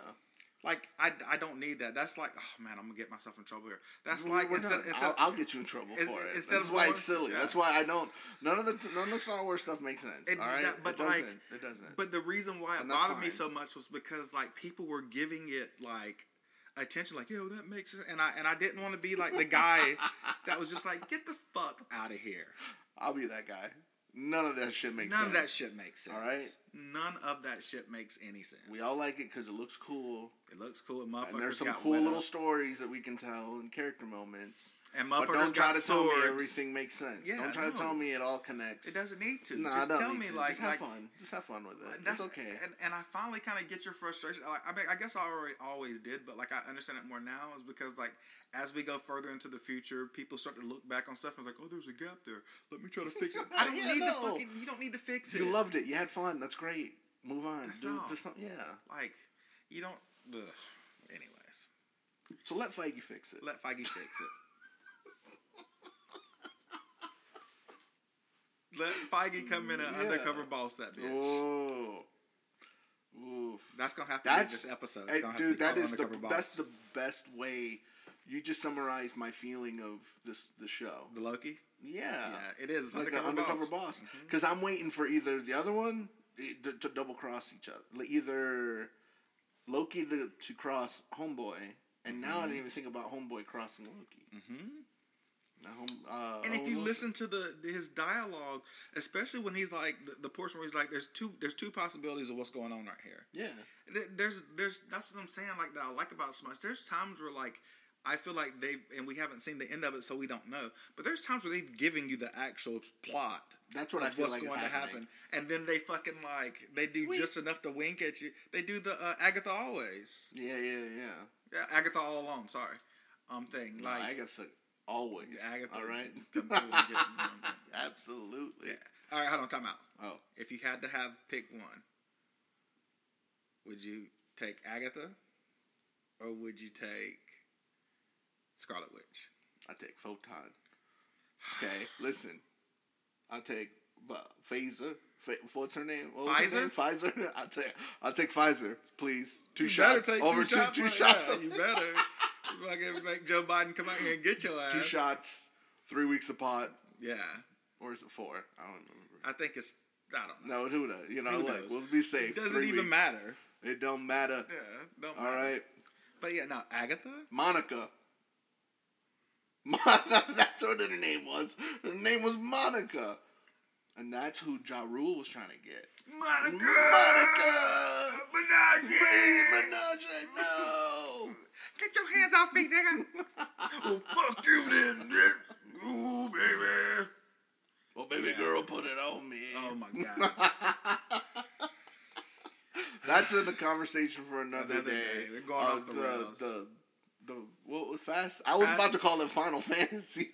Like I, I don't need that. That's like oh man, I'm gonna get myself in trouble here. That's We're- like we're instead, not- instead I'll, I'll get you in trouble it's- for it. instead That's of why going- it's silly. yeah. That's why I don't. None of the none of the Star Wars stuff makes sense. It- all right, that- but it like- doesn't. it doesn't. But the reason why it And that's bothered me fine. so much was because like people were giving it like attention, like yo, that makes sense, and I and I didn't want to be like the guy that was just like get the fuck out of here. I'll be that guy. None of that shit makes None sense. of that shit makes sense. All right. None of that shit makes any sense. We all like it because it looks cool, it looks cool. And and there's motherfuckers some got cool wet little up. stories that we can tell and character moments. and But don't motherfuckers try got to swords. tell me everything makes sense. Yeah, don't try to no. tell me it all connects. It doesn't need to. Nah, I just don't tell need me to. like Just have like fun. Just have fun with it. That's That's okay. And, and I finally kind of get your frustration. Like, I mean, I guess I already always did, but like I understand it more now is because like as we go further into the future, people start to look back on stuff and like, oh, there's a gap there. Let me try to fix it. I don't Yeah, need no. to fucking. You don't need to fix it. You loved it. You had fun. That's great. Move on. That's do, all. do something. Yeah. like you don't. Ugh. Anyways, So let Feige fix it. let Feige fix it. let Feige come in and Yeah. undercover boss that bitch. Oh. Oof. That's gonna have to That's be this episode. It's Hey, gonna have dude, to be that called is the undercover boss. that's the best way. You just summarized my feeling of this the show. the Loki. Yeah, Yeah, it is. It's Uh, like undercover, an undercover boss. Mm-hmm. boss. Because I'm waiting for either the other one eh, to, to double cross each other, Like, either Loki to, to cross Homeboy, and now I Mm-hmm. didn't even think about Homeboy crossing Loki. Mm-hmm. Now, home, uh, And if you Homeboy- listen to the his dialogue, especially when he's like the, the portion where he's like, "There's two, there's two possibilities of what's going on right here." yeah, There- There's, there's that's what I'm saying. Like that I like about Smush. There's times where like I feel like they and we haven't seen the end of it, so we don't know. But there's times where they've given you the actual plot. That's what of I feel what's like is going to happening. happen, and then they fucking like they do Wink. just enough to wink at you. They do the uh, Agatha always, yeah, yeah, yeah. yeah, Agatha all along. Sorry, um, thing No, like Agatha always. Agatha. all right, completely didn't- absolutely. Yeah. All right, hold on, time out. Oh, If you had to have pick one, would you take Agatha or would you take Scarlet Witch? I take photon. Okay, listen. I take uh, Phaser. Fa- what's her name? What was her Pfizer? name? Pfizer. I take. I take Pfizer, please. Two You shots. better take Over two, shots. Two, like- shots. Yeah, you better. You fucking make Joe Biden come out here and get your ass. two shots. Three weeks apart, Yeah. or is it four? I don't remember. I think it's, I don't know. No, who knows? You know, Who look, knows? we'll be safe. It doesn't Three even weeks. matter. It don't matter. Yeah, don't All matter. right, But yeah, now Agatha? Monica. Monica. That's what her name was. Her name was Monica, and that's who Ja Rule was trying to get. Monica! Monica! Minaj! no! Get your hands off me, nigga! well, fuck you then, nigga. Ooh, baby. Well, baby Yeah. girl, put it on me. Oh my god! That's in the conversation for another, Another day. day. We're going Uh, off the rails. The, the, what was fast? I was Fast- about to call it Final Fantasy.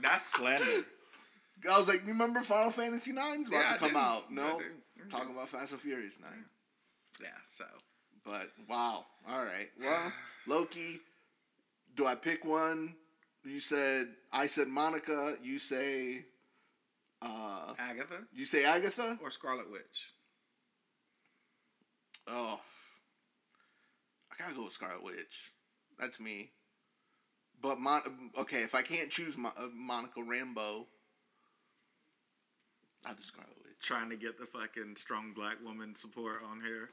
That's slander. I was like, you remember Final Fantasy Nine's about Yeah, I to come didn't. out? No, I didn't. talking about Fast and Furious Nine. Yeah. So But wow. All right. Well, Loki, do I pick one? You said I said Monica. You say uh Agatha you say Agatha? or Scarlet Witch? Oh. I gotta go with Scarlet Witch. That's me. But Mon- okay, if I can't choose Mo- uh, Monica Rambo, I'll do Scarlet Witch. Trying to get the fucking strong black woman support on here.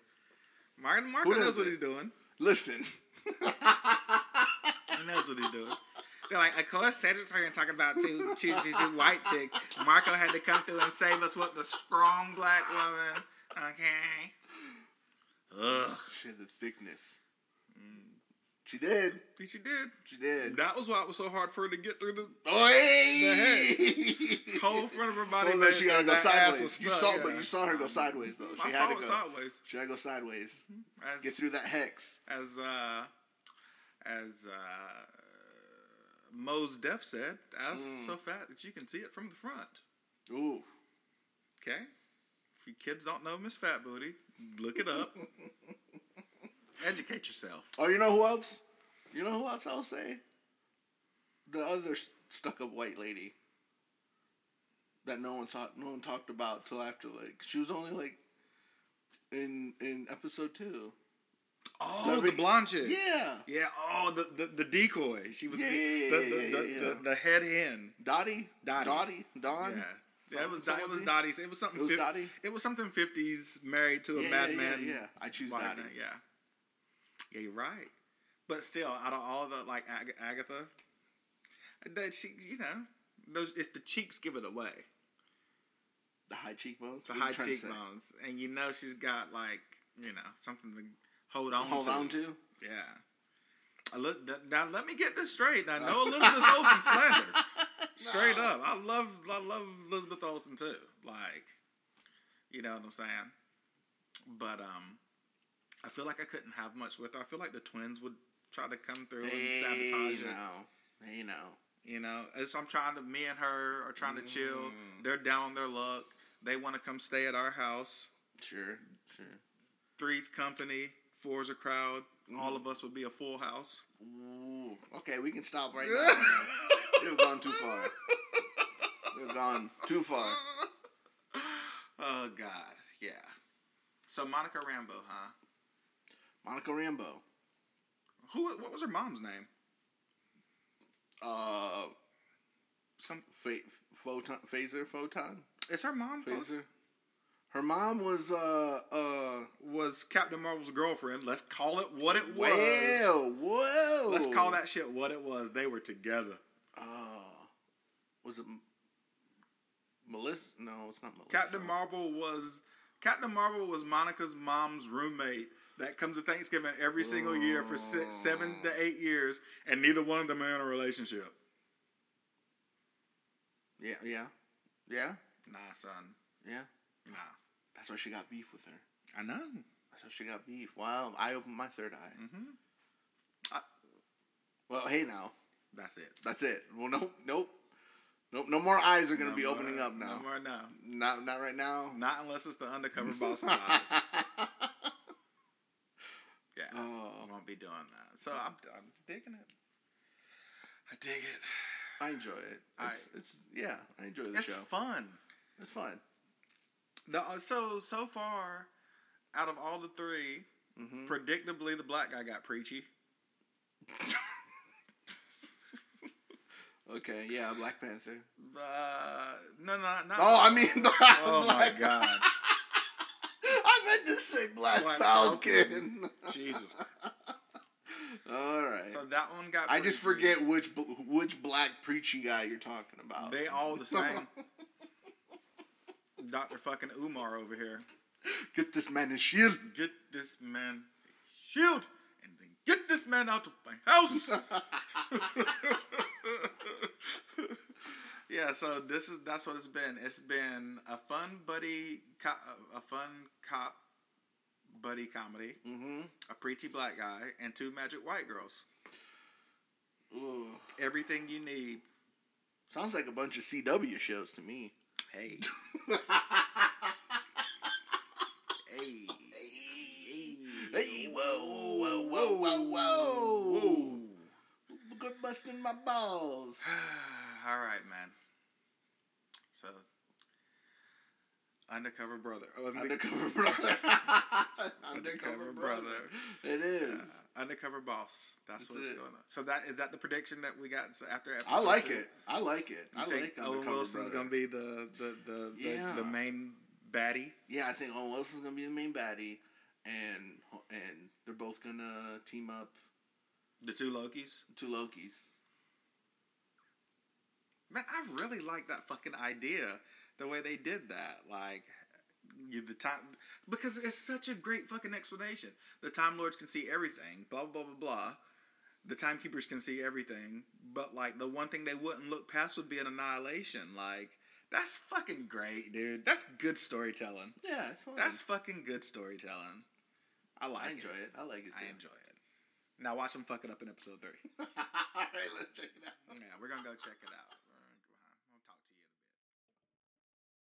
Martin Marco Who knows is what it? he's doing. Listen, He knows what he's doing. They're like, of course, Cedric's here and talking about two, two, two, two white chicks. Marco had to come through and save us with the strong black woman. Okay. Ugh. shit, the thickness. She did. She did. She did. That was why it was so hard for her to get through the Oh, hey! whole front of her body. Well, Oh, no, man, she gotta go that ass was sideways. You stuck, saw, yeah. but you saw her go sideways though. She I had saw to it go. sideways. She had to go sideways. As, Get through that hex. as uh, as uh, Moe's death said, "That's Mm. so fat that you can see it from the front." Ooh, Okay, if you kids don't know Miss Fat Booty, look it up. Educate yourself. Oh, you know who else? You know who else I'll say? The other s- stuck-up white lady that no one talked no one talked about till after like she was only like in in episode two. Oh, The the big- blonde chick. Yeah, Yeah. Oh, the the, the decoy. She was Yeah, the, yeah, the, yeah, the, yeah, the, yeah, the, yeah. the head hen. Dottie, Dottie. Dottie, Don. Yeah. Yeah, it was Something it was like that. Dottie's. It was something. It was fif- Dottie? It was something fifties married to a Yeah, yeah, madman. yeah, yeah. I choose like Dottie. that, Yeah. Yeah, you're right. But still, out of all the like Ag- Agatha, that she you know those it's the cheeks give it away. The high cheekbones. The What are you high trying to say? cheekbones, and you know she's got like you know something to hold on Hold to. on to. Yeah. I look, th- now let me get this straight. Now, no Elizabeth Olsen slander. Straight up, I love I love Elizabeth Olsen too. Like, you know what I'm saying. But um, I feel like I couldn't have much with her. I feel like the twins would try to come through and sabotage Hey, it. no. Hey, no. You know, it's, I'm trying to. Me and her are trying to chill. They're down on their luck. They want to come stay at our house. Sure, sure. Three's company. Four's a crowd. All of us would be a full house. Ooh. Okay, we can stop right now. We've gone too far. We've gone too far. Oh God, yeah. So Monica Rambo, huh? Monica Rambo. Who? What was her mom's name? Uh, Some fa- photon, phaser, photon, is her mom phaser. Her mom was uh uh. was Captain Marvel's girlfriend. Let's call it what it was. Well, whoa. Let's call that shit what it was. They were together. Uh, was it M- Melissa? No, it's not Melissa. Captain Marvel was Captain Marvel was Monica's mom's roommate that comes to Thanksgiving every single year for six, seven to eight years, and neither one of them are in a relationship. Yeah, yeah, yeah, Nah, son. yeah. Nah. That's why she got beef with her. I know. That's why she got beef. Wow, I opened my third eye. Mhm. Well, hey now. That's it. That's it. Well, nope, nope, nope. No more eyes are gonna No be more- opening up now. No more now. Not, not right now. Not unless it's the undercover boss's eyes. Yeah, I Oh, won't be doing that. So I'm, I'm digging it. Oh. I dig it. I enjoy it. I- It's, it's yeah, I enjoy the It's show. fun. It's fun. The, uh, so so far, out of all the 3 Mm-hmm. Mhm. predictably the black guy got preachy. Okay, yeah, Black Panther. Uh, no, no, not. Oh, I mean, oh my god, I meant to say Black, Black Falcon. Jesus. All right. So that one got. I just preachy. forget which bl- which black preachy guy you're talking about. They all the same. Doctor fucking Umar over here. Get this man his shield. get this man a shield and then get this man out of my house. yeah, so this is that's what it's been. It's been a fun buddy, co- a fun cop buddy comedy, Mm-hmm. a preachy black guy, and two magic white girls. Ooh. Everything you need. Sounds like a bunch of CW shows to me. Hey. hey. Hey, whoa, whoa, whoa, whoa, whoa. Whoa. Good busting my balls. All right, man. So, undercover brother. Oh, Undercover brother. Undercover Undercover brother. brother. It is. uh, undercover boss. That's That's what's it. going on. So that is that the prediction that we got. So after episode I like two, it. I like it. You I think like Owen Undercover Wilson's brother. gonna be the the the, the, Yeah. the main baddie? Yeah, I think Owen Wilson's gonna be the main baddie, and and they're both gonna team up The two Lokis. to Loki's. Man, I really like that fucking idea. The way they did that, like you, the time, because it's such a great fucking explanation. The Time Lords can see everything. Blah blah blah blah blah. the timekeepers can see everything, but like the one thing they wouldn't look past would be an annihilation. Like that's fucking great, dude. That's good storytelling. Yeah, it's fun. That's fucking good storytelling. I like I enjoy it. I like it. Too. I enjoy it. Now watch them fuck it up in episode three. All right, let's check it out. yeah, we're gonna go check it out.